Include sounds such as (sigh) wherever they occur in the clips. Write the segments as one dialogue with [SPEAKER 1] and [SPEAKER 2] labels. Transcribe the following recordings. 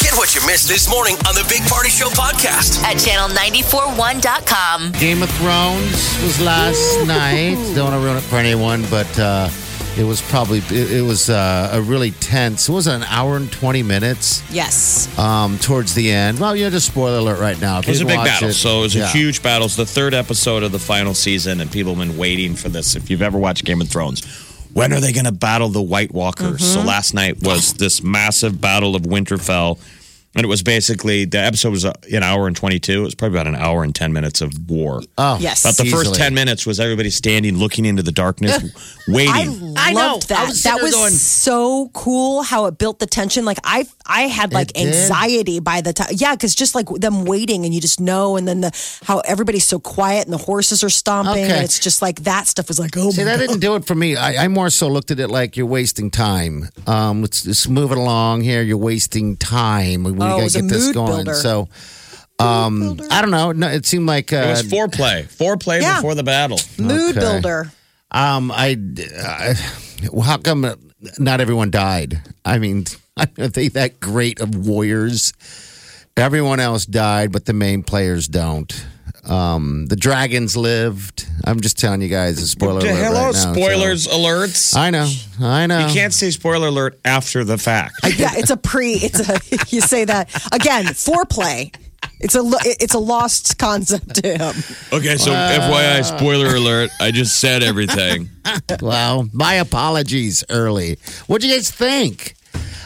[SPEAKER 1] Get what you missed this morning on the Big Party Show podcast.
[SPEAKER 2] at channel941.com.
[SPEAKER 3] Game of Thrones was last night. Don't want to ruin it for anyone, but uh, it was probably it, it was uh, a really tense. It was an hour and twenty minutes
[SPEAKER 4] Yes.
[SPEAKER 3] um, towards the end. Well, you know, just spoiler alert right now.
[SPEAKER 5] It was a big battle.
[SPEAKER 3] It.
[SPEAKER 5] So it was a
[SPEAKER 3] Yeah.
[SPEAKER 5] huge battle. It's the third episode of the final season, and people have been waiting for this. If you've ever watched Game of Thrones, when are they going to battle the White Walkers?
[SPEAKER 3] Mm-hmm.
[SPEAKER 5] So last night
[SPEAKER 3] (sighs)
[SPEAKER 5] was this massive battle of Winterfell. And it was basically the episode was uh, an hour and 22. It was probably about an hour and 10 minutes of war.
[SPEAKER 3] Oh,
[SPEAKER 4] Yes.
[SPEAKER 5] About the first
[SPEAKER 3] easily.
[SPEAKER 5] 10 minutes was everybody standing, looking into
[SPEAKER 3] (laughs)
[SPEAKER 5] the darkness, waiting.
[SPEAKER 4] I loved
[SPEAKER 3] know. I
[SPEAKER 4] that.
[SPEAKER 3] was sitting
[SPEAKER 4] that
[SPEAKER 3] there
[SPEAKER 4] was
[SPEAKER 3] going-
[SPEAKER 4] so cool how it built the tension. Like I I had like
[SPEAKER 3] did.
[SPEAKER 4] anxiety by the time. Yeah, cuz just like them waiting and you just know and then the how everybody's so quiet and the horses are stomping
[SPEAKER 3] Okay.
[SPEAKER 4] and it's just like that stuff was like, "Oh
[SPEAKER 3] See,
[SPEAKER 4] my
[SPEAKER 3] that
[SPEAKER 4] God.
[SPEAKER 3] didn't do it for me. I, I more so looked at it like you're wasting time. Um, let's just move it along here. You're wasting time. We
[SPEAKER 4] Oh, it
[SPEAKER 3] gotta
[SPEAKER 4] was a
[SPEAKER 3] get this
[SPEAKER 4] mood
[SPEAKER 3] going.
[SPEAKER 4] builder.
[SPEAKER 3] So, um, I don't know. No, it seemed like uh,
[SPEAKER 5] It was foreplay. Foreplay
[SPEAKER 4] Yeah.
[SPEAKER 5] before the battle.
[SPEAKER 4] mood
[SPEAKER 3] Okay.
[SPEAKER 4] builder."
[SPEAKER 3] Um, I, I, well, how come not everyone died? I mean, (laughs) are they that great of warriors? Everyone else died, but the main players don't. Um, the dragons lived. I'm just telling you guys a spoiler alert.
[SPEAKER 5] Hello,
[SPEAKER 3] right now, so-
[SPEAKER 5] spoilers alerts.
[SPEAKER 3] I know. I know.
[SPEAKER 5] you can't say spoiler alert after the fact.
[SPEAKER 4] Yeah, it's a pre. It's a (laughs) you say that again. Foreplay. It's a lo- it's a lost concept to him.
[SPEAKER 5] Okay, so
[SPEAKER 4] Uh.
[SPEAKER 5] FYI, spoiler alert. I just said everything.
[SPEAKER 3] Well, my apologies early. What do you guys think?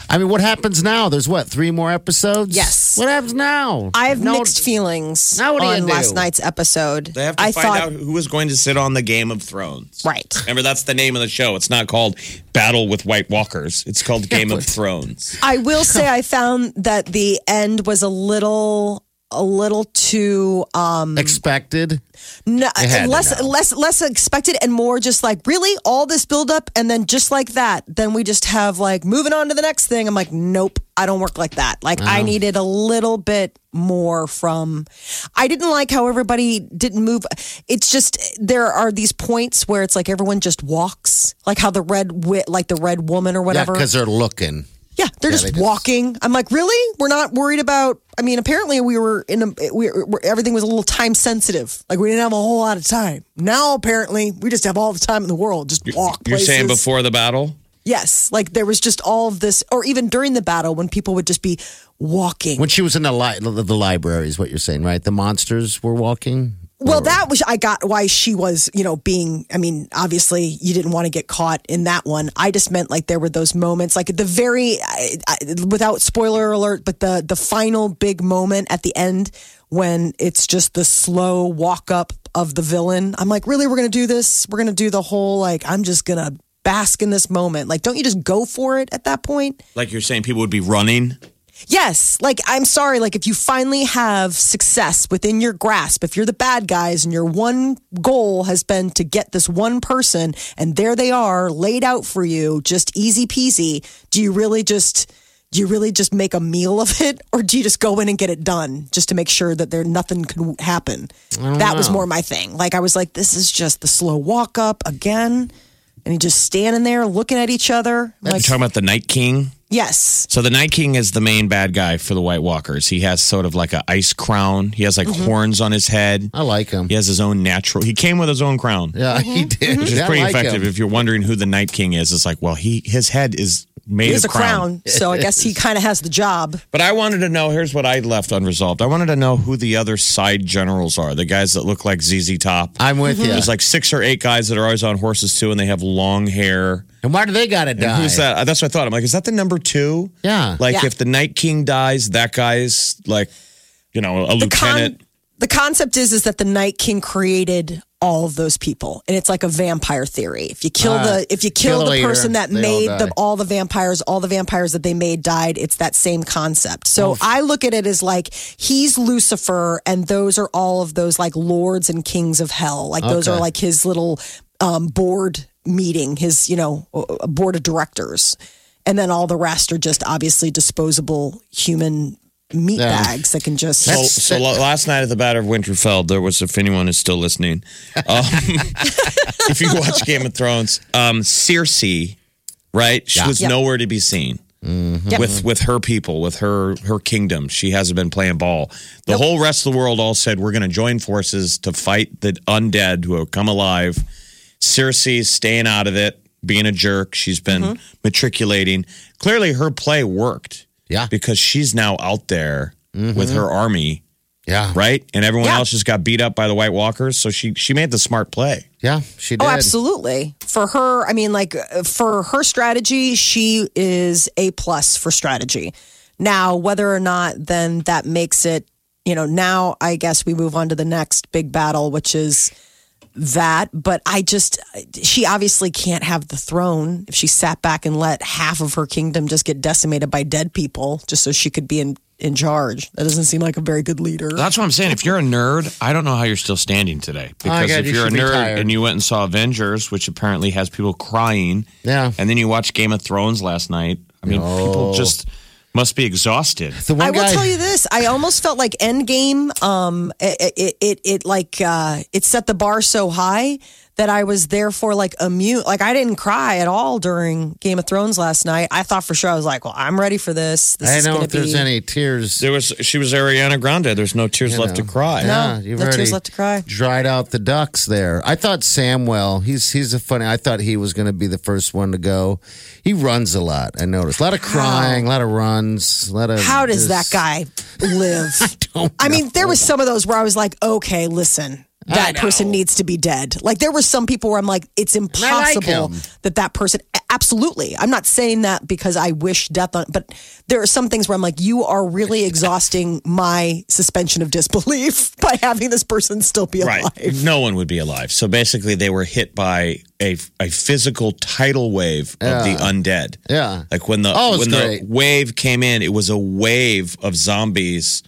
[SPEAKER 3] I mean, what happens now? There's what three more episodes?
[SPEAKER 4] Yes.
[SPEAKER 3] What happens now?
[SPEAKER 4] I have
[SPEAKER 3] No-
[SPEAKER 4] mixed feelings
[SPEAKER 3] Now what do you do?
[SPEAKER 4] on last night's episode.
[SPEAKER 5] (laughs) They have to
[SPEAKER 4] I
[SPEAKER 5] find
[SPEAKER 4] thought
[SPEAKER 5] out who is going to sit on the Game of Thrones.
[SPEAKER 4] right.
[SPEAKER 5] Remember, that's the name of the show. It's not called Battle with White Walkers. It's called Game of Thrones.
[SPEAKER 4] I will say I found that the end was a little a little too um
[SPEAKER 3] expected.
[SPEAKER 4] no,
[SPEAKER 3] had to
[SPEAKER 4] less
[SPEAKER 3] know.
[SPEAKER 4] less less expected and more just like really all this build up and then just like that then we just have like moving on to the next thing I'm like nope I don't work like that like
[SPEAKER 3] Oh.
[SPEAKER 4] I needed a little bit more from I didn't like how everybody didn't move it's just there are these points where it's like everyone just walks like how the red wit like the red woman or
[SPEAKER 3] Yeah,
[SPEAKER 4] whatever
[SPEAKER 3] because they're looking.
[SPEAKER 4] yeah, they're
[SPEAKER 3] Yeah,
[SPEAKER 4] just
[SPEAKER 3] they just-
[SPEAKER 4] walking. I'm like, really? We're not worried about. I mean, apparently we were in a. We, we everything was a little time sensitive. Like we didn't have a whole lot of time. Now apparently we just have all the time in the world. Just walk.
[SPEAKER 5] You're saying
[SPEAKER 4] places.
[SPEAKER 5] before the battle?
[SPEAKER 4] Yes, like there was just all of this, or even during the battle when people would just be walking.
[SPEAKER 3] When she was in the, li- the, the library, is what you're saying, right? The monsters were walking.
[SPEAKER 4] Well, that was I got why she was, you know, being. I mean, obviously, you didn't want to get caught in that one. I just meant like there were those moments, like at the very, I, I, without spoiler alert, but the the final big moment at the end when it's just the slow walk up of the villain. I'm like, really, we're gonna do this? We're gonna do the whole like I'm just gonna bask in this moment. Like, don't you just go for it at that point?
[SPEAKER 5] Like you're saying people would be running?
[SPEAKER 4] Yes. Like, I'm sorry. Like, if you finally have success within your grasp, if you're the bad guys and your one goal has been to get this one person and there they are laid out for you, just easy peasy, do you really just. Do you really just make a meal of (laughs) it, or do you just go in and get it done just to make sure that there nothing can happen? That was more my thing. Like I was like, this is just the slow walk up again, and you just standing there looking at each other. I'm
[SPEAKER 5] You're
[SPEAKER 4] Like,
[SPEAKER 5] talking about the Night King?
[SPEAKER 4] yes,
[SPEAKER 5] So the Night King is the main bad guy for the White Walkers. He has sort of like a ice crown. He has like
[SPEAKER 4] Mm-hmm.
[SPEAKER 5] horns on his head.
[SPEAKER 3] I like him.
[SPEAKER 5] He has his own natural. He came with his own crown.
[SPEAKER 3] Yeah, (laughs)
[SPEAKER 4] Mm-hmm.
[SPEAKER 3] he did.
[SPEAKER 5] which is
[SPEAKER 3] Mm-hmm. I
[SPEAKER 5] pretty
[SPEAKER 3] like
[SPEAKER 5] effective.
[SPEAKER 3] him.
[SPEAKER 5] If you're wondering who the Night King is, it's like, well, he his head is made
[SPEAKER 4] he has a
[SPEAKER 5] of crown.
[SPEAKER 4] crown, so I guess (laughs) he kind of has the job.
[SPEAKER 5] But I wanted to know. Here's what I left unresolved. I wanted to know who the other side generals are. The guys that look like ZZ Top. Mm-hmm.
[SPEAKER 3] I'm with you.
[SPEAKER 5] There's like six or eight guys that are always on horses too, and they have long hair.
[SPEAKER 3] and why do they got to die?
[SPEAKER 5] Who's that? Uh, That's what I thought. I'm like, is that the number two?
[SPEAKER 3] Yeah.
[SPEAKER 5] Like
[SPEAKER 4] Yeah.
[SPEAKER 5] if the Night King dies, that guy's like, you know, a
[SPEAKER 4] The con-
[SPEAKER 5] lieutenant.
[SPEAKER 4] the concept is is that the Night King created all of those people, and it's like a vampire theory. If you kill
[SPEAKER 3] Ah,
[SPEAKER 4] the if you kill,
[SPEAKER 3] kill the
[SPEAKER 4] the
[SPEAKER 3] leader,
[SPEAKER 4] person that
[SPEAKER 3] they all
[SPEAKER 4] made
[SPEAKER 3] die.
[SPEAKER 4] the all the vampires, all the vampires that they made died. It's that same concept. So I look at it as like he's Lucifer, and those are all of those like lords and kings of hell. Like those
[SPEAKER 3] Okay.
[SPEAKER 4] are like his little um, board meeting, his you know uh, board of directors, and then all the rest are just obviously disposable human meat
[SPEAKER 3] Yeah.
[SPEAKER 4] bags that can just.
[SPEAKER 5] So, so la- last night at the Battle of Winterfell, there was, if anyone is still listening, um, (laughs) if you watch Game of Thrones, um, Cersei, right? She was
[SPEAKER 4] Yep.
[SPEAKER 5] nowhere to be seen
[SPEAKER 4] Yep.
[SPEAKER 5] with with her people, with her her kingdom. She hasn't been playing ball. The whole rest of the world all said we're going to join forces to fight the undead who have come alive. Cersei's staying out of it, being a jerk. She's been
[SPEAKER 4] Mm-hmm.
[SPEAKER 5] matriculating. Clearly, her play worked.
[SPEAKER 3] Yeah.
[SPEAKER 5] because she's now out there with her army,
[SPEAKER 3] Yeah.
[SPEAKER 5] right? And everyone
[SPEAKER 4] Yeah.
[SPEAKER 5] else just got beat up by the White Walkers. So she she made the smart play.
[SPEAKER 3] Yeah, she did.
[SPEAKER 4] Oh, absolutely. For her, I mean, like uh, for her strategy, she is a plus for strategy. Now, whether or not then that makes it, you know, now I guess we move on to the next big battle, which is that. But I just, she obviously can't have the throne if she sat back and let half of her kingdom just get decimated by dead people just so she could be in, in charge. That doesn't seem like a very good leader.
[SPEAKER 5] That's what I'm saying. If you're a nerd, I don't know how you're still standing today. Because
[SPEAKER 3] God,
[SPEAKER 5] if
[SPEAKER 3] you
[SPEAKER 5] you're a
[SPEAKER 3] should be
[SPEAKER 5] nerd
[SPEAKER 3] tired.
[SPEAKER 5] and you went and saw Avengers, which apparently has people crying,
[SPEAKER 3] Yeah.
[SPEAKER 5] and then you watched Game of Thrones last night, I mean, people just must be exhausted.
[SPEAKER 3] The one
[SPEAKER 4] I
[SPEAKER 3] guy,
[SPEAKER 4] will tell you this. I almost felt like Endgame. Um, it it it, it like uh, it set the bar so high that I was therefore like immune. Like I didn't cry at all during Game of Thrones last night. I thought for sure I was like, well, I'm ready for this. This
[SPEAKER 3] I
[SPEAKER 4] is
[SPEAKER 3] don't know
[SPEAKER 4] gonna
[SPEAKER 3] if there's
[SPEAKER 4] be-
[SPEAKER 3] any tears.
[SPEAKER 5] There was she was Ariana Grande. There's no tears left to cry.
[SPEAKER 3] yeah,
[SPEAKER 4] No,
[SPEAKER 3] you've
[SPEAKER 4] no
[SPEAKER 3] already
[SPEAKER 4] tears left to cry.
[SPEAKER 3] dried out the ducks there. I thought Samwell, he's he's a funny. I thought he was going to be the first one to go. He runs a lot. I noticed a lot of crying, a lot of runs, a lot of.
[SPEAKER 4] How does that
[SPEAKER 3] just-
[SPEAKER 4] guy
[SPEAKER 3] (laughs)
[SPEAKER 4] live? I
[SPEAKER 3] don't
[SPEAKER 4] mean, there was some of those where I was like, okay, listen. That person needs to be dead. Like there were some people where I'm like, it's
[SPEAKER 3] I like
[SPEAKER 4] impossible
[SPEAKER 3] him.
[SPEAKER 4] that that person. a- Absolutely, I'm not saying that because I wish death on. But there are some things where I'm like, you are really exhausting my suspension of disbelief (laughs) by having this person still be alive.
[SPEAKER 5] Right. No one would be alive. So basically, they were hit by a, a physical tidal wave of the undead.
[SPEAKER 3] Yeah.
[SPEAKER 5] Like when the
[SPEAKER 3] Oh, it's
[SPEAKER 5] when
[SPEAKER 3] great.
[SPEAKER 5] the wave came in, it was a wave of zombies,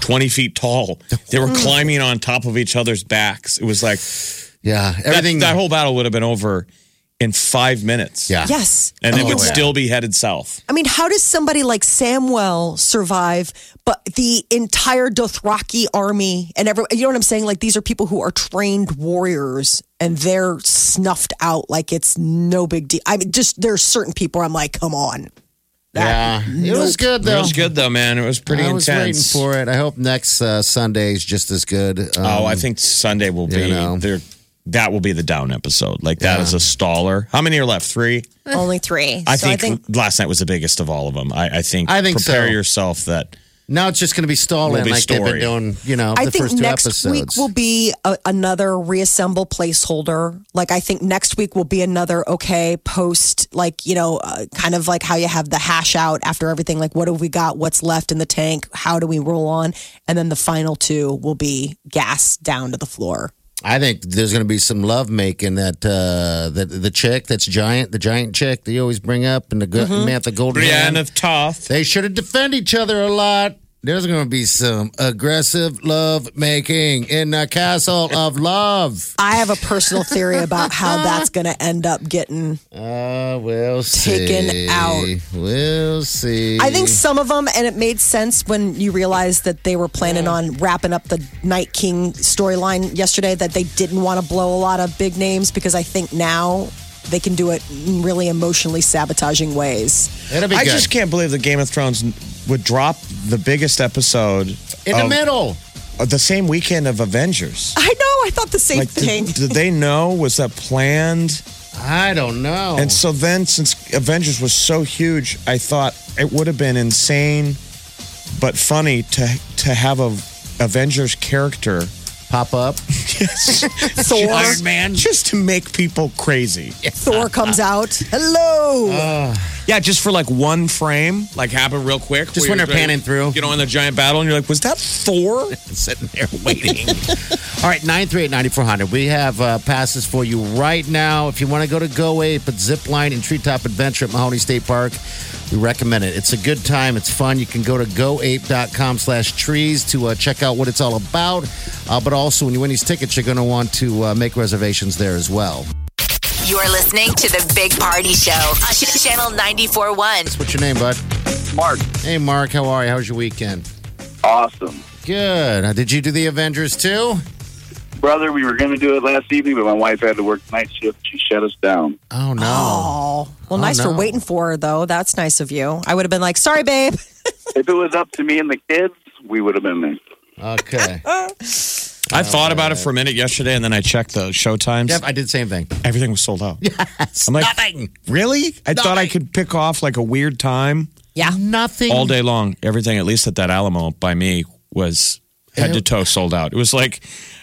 [SPEAKER 5] twenty feet tall.
[SPEAKER 3] (laughs)
[SPEAKER 5] They were climbing on top of each other's backs. It was like
[SPEAKER 3] Yeah,
[SPEAKER 5] that,
[SPEAKER 3] everything.
[SPEAKER 5] that whole battle would have been over in five minutes.
[SPEAKER 3] Yeah.
[SPEAKER 4] Yes.
[SPEAKER 5] And they
[SPEAKER 3] Oh,
[SPEAKER 5] would
[SPEAKER 3] yeah.
[SPEAKER 5] still be headed south.
[SPEAKER 4] I mean, how does somebody like Samwell survive, but the entire Dothraki army and every, you know what I'm saying? Like, these are people who are trained warriors and they're snuffed out like it's no big deal. I mean, just there's certain people I'm like, come on.
[SPEAKER 3] yeah, it was good though.
[SPEAKER 5] It was good though, man. It was pretty
[SPEAKER 3] I was waiting
[SPEAKER 5] intense.
[SPEAKER 3] for it. I hope next uh, Sunday is just as good. Um,
[SPEAKER 5] oh, I think Sunday will be
[SPEAKER 3] you know.
[SPEAKER 5] there. That will be the down episode. Like that is a staller. How many are left? Three.
[SPEAKER 4] (laughs) Only three.
[SPEAKER 5] I,
[SPEAKER 4] so
[SPEAKER 5] think last night was the biggest of all of them. I, I think.
[SPEAKER 3] I think
[SPEAKER 5] prepare
[SPEAKER 3] so.
[SPEAKER 5] yourself that
[SPEAKER 3] now it's just going to be stalling
[SPEAKER 5] Will be
[SPEAKER 3] like
[SPEAKER 5] story.
[SPEAKER 3] they've been doing. You know,
[SPEAKER 4] I
[SPEAKER 3] the
[SPEAKER 4] think
[SPEAKER 3] first two
[SPEAKER 4] next
[SPEAKER 3] episodes.
[SPEAKER 4] week will be a, another reassemble placeholder. Like I think next week will be another okay post, like you know, uh, kind of like how you have the hash out after everything. Like what have we got? What's left in the tank? How do we roll on? And then the final two will be gas down to the floor.
[SPEAKER 3] I think there's going to be some love making that uh, the the chick that's giant, the giant chick that you always bring up, and the good
[SPEAKER 4] Mm-hmm.
[SPEAKER 3] man, the golden
[SPEAKER 5] Brienne
[SPEAKER 3] hand.
[SPEAKER 5] of Toth.
[SPEAKER 3] They should have defend each other a lot. There's going to be some aggressive love making in the castle of love. (laughs)
[SPEAKER 4] I have a personal theory about how that's going to end up getting
[SPEAKER 3] Uh, we'll see.
[SPEAKER 4] Taken out.
[SPEAKER 3] We'll see.
[SPEAKER 4] I think some of them, and it made sense when you realized that they were planning on wrapping up the Night King storyline yesterday, that they didn't want to blow a lot of big names because I think now they can do it in really emotionally sabotaging ways.
[SPEAKER 3] it'll be
[SPEAKER 5] I
[SPEAKER 3] good.
[SPEAKER 5] just can't believe the Game of Thrones would drop the biggest episode
[SPEAKER 3] in the
[SPEAKER 5] of-
[SPEAKER 3] middle.
[SPEAKER 5] of the same weekend of Avengers.
[SPEAKER 4] I know, I thought the same (laughs)
[SPEAKER 5] Like,
[SPEAKER 4] thing.
[SPEAKER 5] did, did they know? Was that planned?
[SPEAKER 3] I don't know.
[SPEAKER 5] And so then, since Avengers was so huge, I thought it would have been insane, but funny to to have a Avengers (laughs) character,
[SPEAKER 3] Pop up.
[SPEAKER 4] Thor,
[SPEAKER 5] Man, just to make people crazy.
[SPEAKER 4] Thor comes out. Hello.
[SPEAKER 5] Uh, Yeah, just for like one frame, like happened real quick.
[SPEAKER 3] Just
[SPEAKER 5] where
[SPEAKER 3] when
[SPEAKER 5] you're-
[SPEAKER 3] they're panning through.
[SPEAKER 5] You know, in the giant battle, and you're like, was that
[SPEAKER 3] (laughs)
[SPEAKER 5] four?
[SPEAKER 3] sitting there waiting. All right, 938-9400. We have uh, passes for you right now. If you want to go to Go Ape at Zipline and Treetop Adventure at Mahoney State Park, we recommend it. It's a good time. It's fun. You can go to goape.com slash trees to uh, check out what it's all about. Uh, but also, when you win these tickets, you're going to want to uh, make reservations there as well.
[SPEAKER 2] You're listening to the Big Party Show on Ch- Channel 94.1.
[SPEAKER 3] What's your name, bud?
[SPEAKER 6] Mark,
[SPEAKER 3] Hey, Mark. How are you? How's your weekend?
[SPEAKER 6] awesome.
[SPEAKER 3] Good. Uh, did you do the Avengers too?
[SPEAKER 6] Brother, we were going to do it last evening, but my wife had to work night shift. She shut us down.
[SPEAKER 3] Oh, no.
[SPEAKER 4] Oh, well, nice for
[SPEAKER 3] no.
[SPEAKER 4] waiting for her, though. That's nice of you. I would have been like, sorry, babe.
[SPEAKER 6] If it was up to me and the kids, we would have been there.
[SPEAKER 3] Okay.
[SPEAKER 5] I thought about it for a minute yesterday, and then I checked the show times.
[SPEAKER 3] Yep, I did the same thing.
[SPEAKER 5] Everything was
[SPEAKER 3] (laughs)
[SPEAKER 5] sold out. I'm like,
[SPEAKER 3] Nothing.
[SPEAKER 5] really? I thought I could pick off like a weird time
[SPEAKER 4] Yeah.
[SPEAKER 3] Nothing.
[SPEAKER 5] all day long. Everything, at least at that Alamo by me, was head to toe sold out. It was like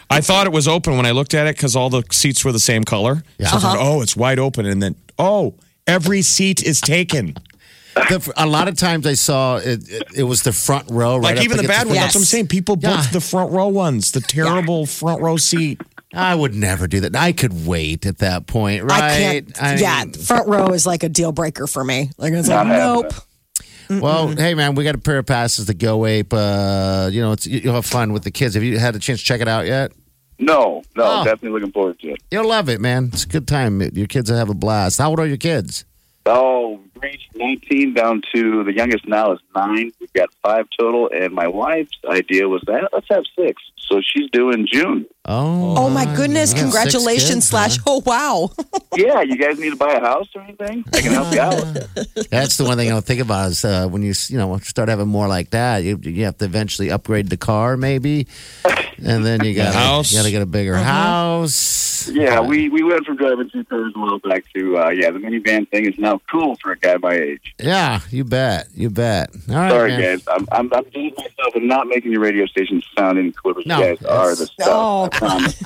[SPEAKER 5] I thought it was open when I looked at it because all the seats were the same color. So I thought, oh, it's wide open, and then oh, every seat is taken.
[SPEAKER 3] The, a lot of times I saw it, it, it was the front row, right?
[SPEAKER 5] Like
[SPEAKER 3] up
[SPEAKER 5] even the
[SPEAKER 3] against
[SPEAKER 5] bad ones. That's what I'm
[SPEAKER 4] Yes.
[SPEAKER 5] saying. People booked
[SPEAKER 3] Yeah.
[SPEAKER 5] the front row ones, the terrible front row seat.
[SPEAKER 3] I would never do that. I could wait at that point, right?
[SPEAKER 4] I can't.
[SPEAKER 3] I
[SPEAKER 4] yeah,
[SPEAKER 3] mean,
[SPEAKER 4] front row is like a deal breaker for me. Like, it's like,
[SPEAKER 6] Not
[SPEAKER 4] nope.
[SPEAKER 6] happening.
[SPEAKER 3] Well, hey man, we got a pair of passes to Go Ape. Uh, you know, it's, you- you'll have fun with the kids. Have you had a chance to check it out yet?
[SPEAKER 6] No, no,
[SPEAKER 3] Oh.
[SPEAKER 6] definitely looking forward to it.
[SPEAKER 3] You'll love it, man. It's a good time. Your kids will have a blast. How old are your kids?
[SPEAKER 6] Oh, range 19 down to the youngest now is nine. We've got five total, and my wife's idea was that let's have six. So she's doing June.
[SPEAKER 3] Oh,
[SPEAKER 4] Oh, my goodness.
[SPEAKER 3] yeah.
[SPEAKER 4] Congratulations,
[SPEAKER 3] Six kids,
[SPEAKER 4] slash, oh, wow.
[SPEAKER 6] yeah, you guys need to buy a house or anything? I can help you out.
[SPEAKER 3] That's the one thing I don't think about is uh, when you s- you know start having more like that, you, you have to eventually upgrade the car maybe, and then you got
[SPEAKER 5] house.
[SPEAKER 3] you got to get a bigger house.
[SPEAKER 6] Yeah, we, we went from driving two cars a while back to, uh, yeah, the minivan thing is now cool for a guy my age.
[SPEAKER 3] Yeah, you bet. You bet. All right.
[SPEAKER 6] Sorry,
[SPEAKER 3] man.
[SPEAKER 6] guys. I'm, I'm, I'm dating myself and not making your radio station sound any cooler.
[SPEAKER 3] No,
[SPEAKER 6] you guys are the stuff.
[SPEAKER 4] Oh,
[SPEAKER 6] I promise.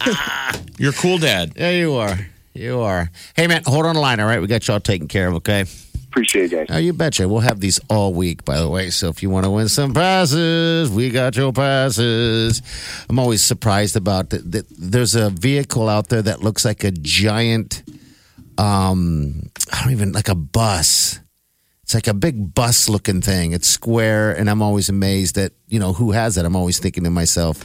[SPEAKER 5] You're cool, Dad.
[SPEAKER 3] There you are. You are. Hey, man, hold on the line, all right? We got y'all taken care of, okay?
[SPEAKER 6] Appreciate you guys.
[SPEAKER 3] Oh, you betcha. We'll have these all week, by the way. So if you want to win some passes, we got your passes. I'm always surprised about that. that there's a vehicle out there that looks like a giant, um, I don't even, like a bus. It's like a big bus looking thing. It's square, and I'm always amazed at, you know, who has that. I'm always thinking to myself,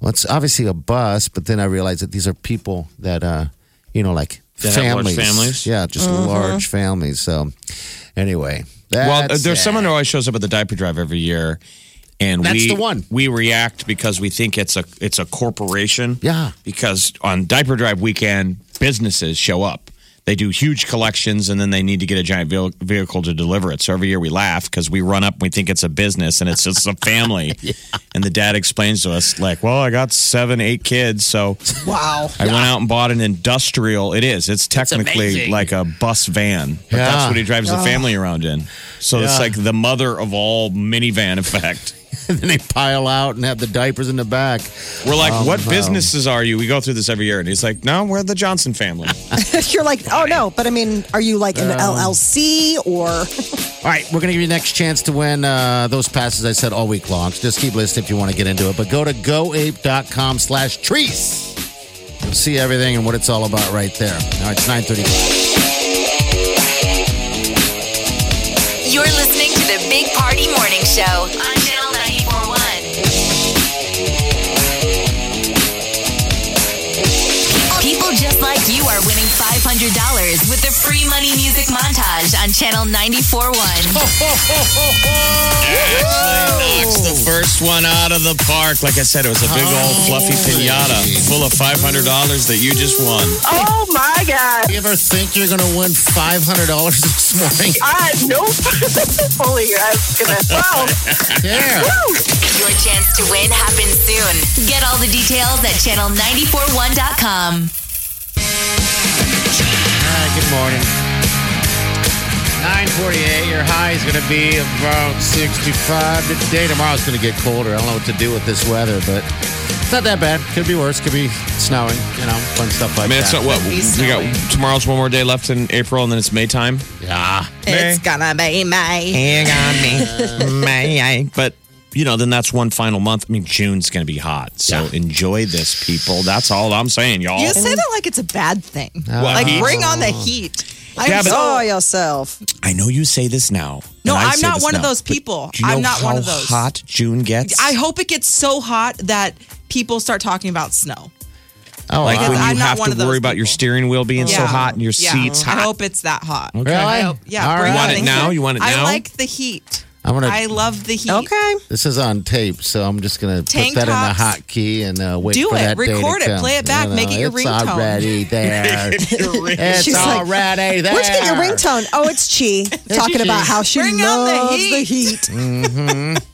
[SPEAKER 3] well, it's obviously a bus, but then I realize that these are people that, uh, you know, like
[SPEAKER 5] That have large
[SPEAKER 3] families.
[SPEAKER 5] families?
[SPEAKER 3] Yeah, just
[SPEAKER 5] Mm-hmm.
[SPEAKER 3] large families. So, anyway, that's
[SPEAKER 5] Well, there's
[SPEAKER 3] it. (laughs)
[SPEAKER 5] someone who always shows up at the diaper drive every year, and
[SPEAKER 3] That's
[SPEAKER 5] we
[SPEAKER 3] the one.
[SPEAKER 5] we react because we think it's a it's a corporation.
[SPEAKER 3] Yeah.
[SPEAKER 5] because on diaper drive weekend, businesses show up. They do huge collections, and then they need to get a giant ve- vehicle to deliver it. So every year we laugh because we run up and we think it's a business, and it's just a
[SPEAKER 3] (laughs)
[SPEAKER 5] family. And the dad explains to us like, "Well, I got seven, eight kids, so."
[SPEAKER 4] wow.
[SPEAKER 5] I went out and bought an industrial. It is. It's technically
[SPEAKER 3] amazing.
[SPEAKER 5] like a bus van, but
[SPEAKER 3] Yeah.
[SPEAKER 5] that's what he drives the family around in. So it's
[SPEAKER 3] Yeah.
[SPEAKER 5] like the mother of all minivan effect.
[SPEAKER 3] and then they pile out and have the diapers in the back.
[SPEAKER 5] We're like, what businesses are you? We go through this every year, and he's like, no, we're the Johnson (laughs) family.
[SPEAKER 4] (laughs) You're like, oh, no. But I mean, are you like an LLC (laughs) or.
[SPEAKER 3] All right, we're going to give you the next chance to win uh, those passes I said all week long. So just keep listening if you want to get into it. But go to goape.com slash trees. You'll see everything and what it's all about right there. All right, it's 935.
[SPEAKER 2] You're listening to the Big Party Morning Show on Channel 94.1. People just like you are winning $500 with the free money music montage on Channel 94.1.
[SPEAKER 5] Ashley knocks the first one out of the park. Like I said, it was a big old fluffy pinata full of $500 that you just won.
[SPEAKER 7] Oh my God.
[SPEAKER 3] You ever think you're going to win $500 this morning?
[SPEAKER 7] I Uh, nope. (laughs) Holy, I was gonna. Wow.
[SPEAKER 3] (laughs) Yeah.
[SPEAKER 2] Your chance to win happens soon. Get all the details at channel941.com.
[SPEAKER 3] Ah, All right, good morning. 948. Your high is going to be about 65 today. Tomorrow's going to get colder. I don't know what to do with this weather, but it's not that bad. Could be worse. Could be snowing. You know, fun stuff like
[SPEAKER 5] I mean, it's
[SPEAKER 3] that.
[SPEAKER 5] not what we
[SPEAKER 8] be
[SPEAKER 5] got.
[SPEAKER 8] snowing.
[SPEAKER 5] Tomorrow's one more day left in April, and then it's May time.
[SPEAKER 3] yeah.
[SPEAKER 8] It's gonna be May.
[SPEAKER 5] Hang on (laughs) me, May. But you know, then that's one final month. I mean, June's going to be hot, so enjoy this, people. That's all I'm saying, y'all.
[SPEAKER 8] You say that like it's a bad thing.
[SPEAKER 5] Well,
[SPEAKER 8] like
[SPEAKER 5] Oh. heat.
[SPEAKER 8] bring on the heat. I'm
[SPEAKER 5] Yeah, but-
[SPEAKER 8] so
[SPEAKER 4] Enjoy yourself.
[SPEAKER 5] I know you say this now.
[SPEAKER 8] No,
[SPEAKER 5] and I
[SPEAKER 8] I'm
[SPEAKER 5] say
[SPEAKER 8] not
[SPEAKER 5] this
[SPEAKER 8] one of
[SPEAKER 5] now,
[SPEAKER 8] those
[SPEAKER 5] but
[SPEAKER 8] people.
[SPEAKER 5] Do you
[SPEAKER 8] I'm
[SPEAKER 5] know
[SPEAKER 8] not
[SPEAKER 5] how
[SPEAKER 8] one of those.
[SPEAKER 5] Hot June gets.
[SPEAKER 8] I hope it gets so hot that people start talking about snow.
[SPEAKER 3] Oh,
[SPEAKER 5] like
[SPEAKER 3] wow.
[SPEAKER 5] when you
[SPEAKER 8] I'm not
[SPEAKER 5] have
[SPEAKER 8] one
[SPEAKER 5] to
[SPEAKER 8] of those
[SPEAKER 5] worry about your
[SPEAKER 8] people.
[SPEAKER 5] steering wheel being so
[SPEAKER 8] Yeah.
[SPEAKER 5] hot and your
[SPEAKER 8] Yeah.
[SPEAKER 5] seats
[SPEAKER 8] I
[SPEAKER 5] hot.
[SPEAKER 8] hope it's that hot.
[SPEAKER 3] Really?
[SPEAKER 8] I hope. Yeah.
[SPEAKER 3] All
[SPEAKER 8] bring
[SPEAKER 3] right.
[SPEAKER 8] on
[SPEAKER 5] Want
[SPEAKER 8] the
[SPEAKER 5] it now?
[SPEAKER 8] heat.
[SPEAKER 5] You want it now?
[SPEAKER 8] I like the heat.
[SPEAKER 3] I'm gonna-
[SPEAKER 8] I love the heat.
[SPEAKER 4] Okay.
[SPEAKER 3] This is on tape, so I'm just going to put
[SPEAKER 8] Tank
[SPEAKER 3] that in the
[SPEAKER 8] tops.
[SPEAKER 3] hot key and uh, wait
[SPEAKER 8] Do
[SPEAKER 3] for
[SPEAKER 8] it.
[SPEAKER 3] that day to
[SPEAKER 8] Record it.
[SPEAKER 3] come.
[SPEAKER 8] Play it back.
[SPEAKER 3] You
[SPEAKER 8] Make it your
[SPEAKER 3] it's
[SPEAKER 8] ringtone. (laughs)
[SPEAKER 3] already there. it's
[SPEAKER 4] She's like,
[SPEAKER 3] already there.
[SPEAKER 4] Where'd you get your ringtone? Oh, (laughs) it's Chi talking about how she
[SPEAKER 8] Bring on the
[SPEAKER 4] loves
[SPEAKER 8] heat.
[SPEAKER 4] the heat. Mm-hmm. (laughs)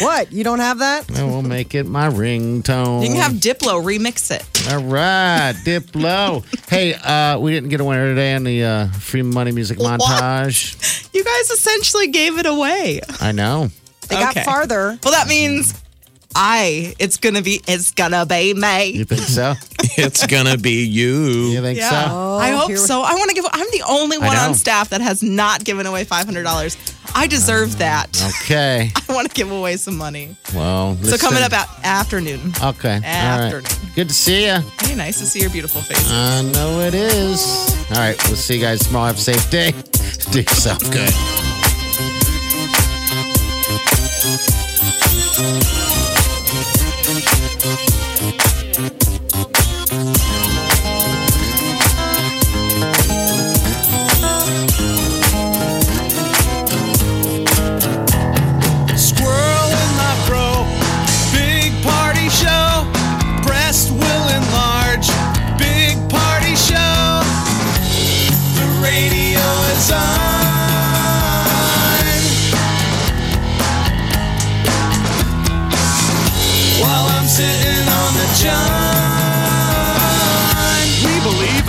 [SPEAKER 4] What? You don't have that?
[SPEAKER 3] I will make it my ringtone.
[SPEAKER 8] You can have Diplo remix it.
[SPEAKER 3] All right,
[SPEAKER 8] (laughs)
[SPEAKER 3] Diplo. hey, uh, we didn't get a winner today on the uh, free money music
[SPEAKER 8] What?
[SPEAKER 3] montage.
[SPEAKER 8] You guys essentially gave it away.
[SPEAKER 3] I know.
[SPEAKER 4] They got
[SPEAKER 8] Okay.
[SPEAKER 4] farther.
[SPEAKER 8] Well, that means I. It's gonna be. It's gonna be
[SPEAKER 3] You
[SPEAKER 8] May.
[SPEAKER 3] think so?
[SPEAKER 5] it's gonna be you.
[SPEAKER 3] You think
[SPEAKER 8] Yeah.
[SPEAKER 3] so?
[SPEAKER 8] I hope so. I want to give. I'm the only one
[SPEAKER 3] know.
[SPEAKER 8] on staff that has not given away five hundred dollars. I
[SPEAKER 3] Uh.
[SPEAKER 8] deserve that. (laughs)
[SPEAKER 3] Okay.
[SPEAKER 8] I want to give away some money.
[SPEAKER 3] Well,
[SPEAKER 8] So coming up
[SPEAKER 3] listen.
[SPEAKER 8] at afternoon.
[SPEAKER 3] Okay. all right.
[SPEAKER 8] Afternoon.
[SPEAKER 3] Good to see you.
[SPEAKER 8] Hey, nice to see your beautiful face.
[SPEAKER 3] I know it is. All right. We'll see you guys tomorrow. Have a safe day. (laughs) Do yourself good.
[SPEAKER 5] Squirrel in the pro, big party show. Breast will enlarge, big party show. The radio is on. While I'm sitting on the john. We believe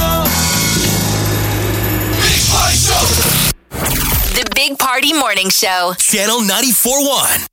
[SPEAKER 2] The Big Party Morning Show.
[SPEAKER 1] Channel 941.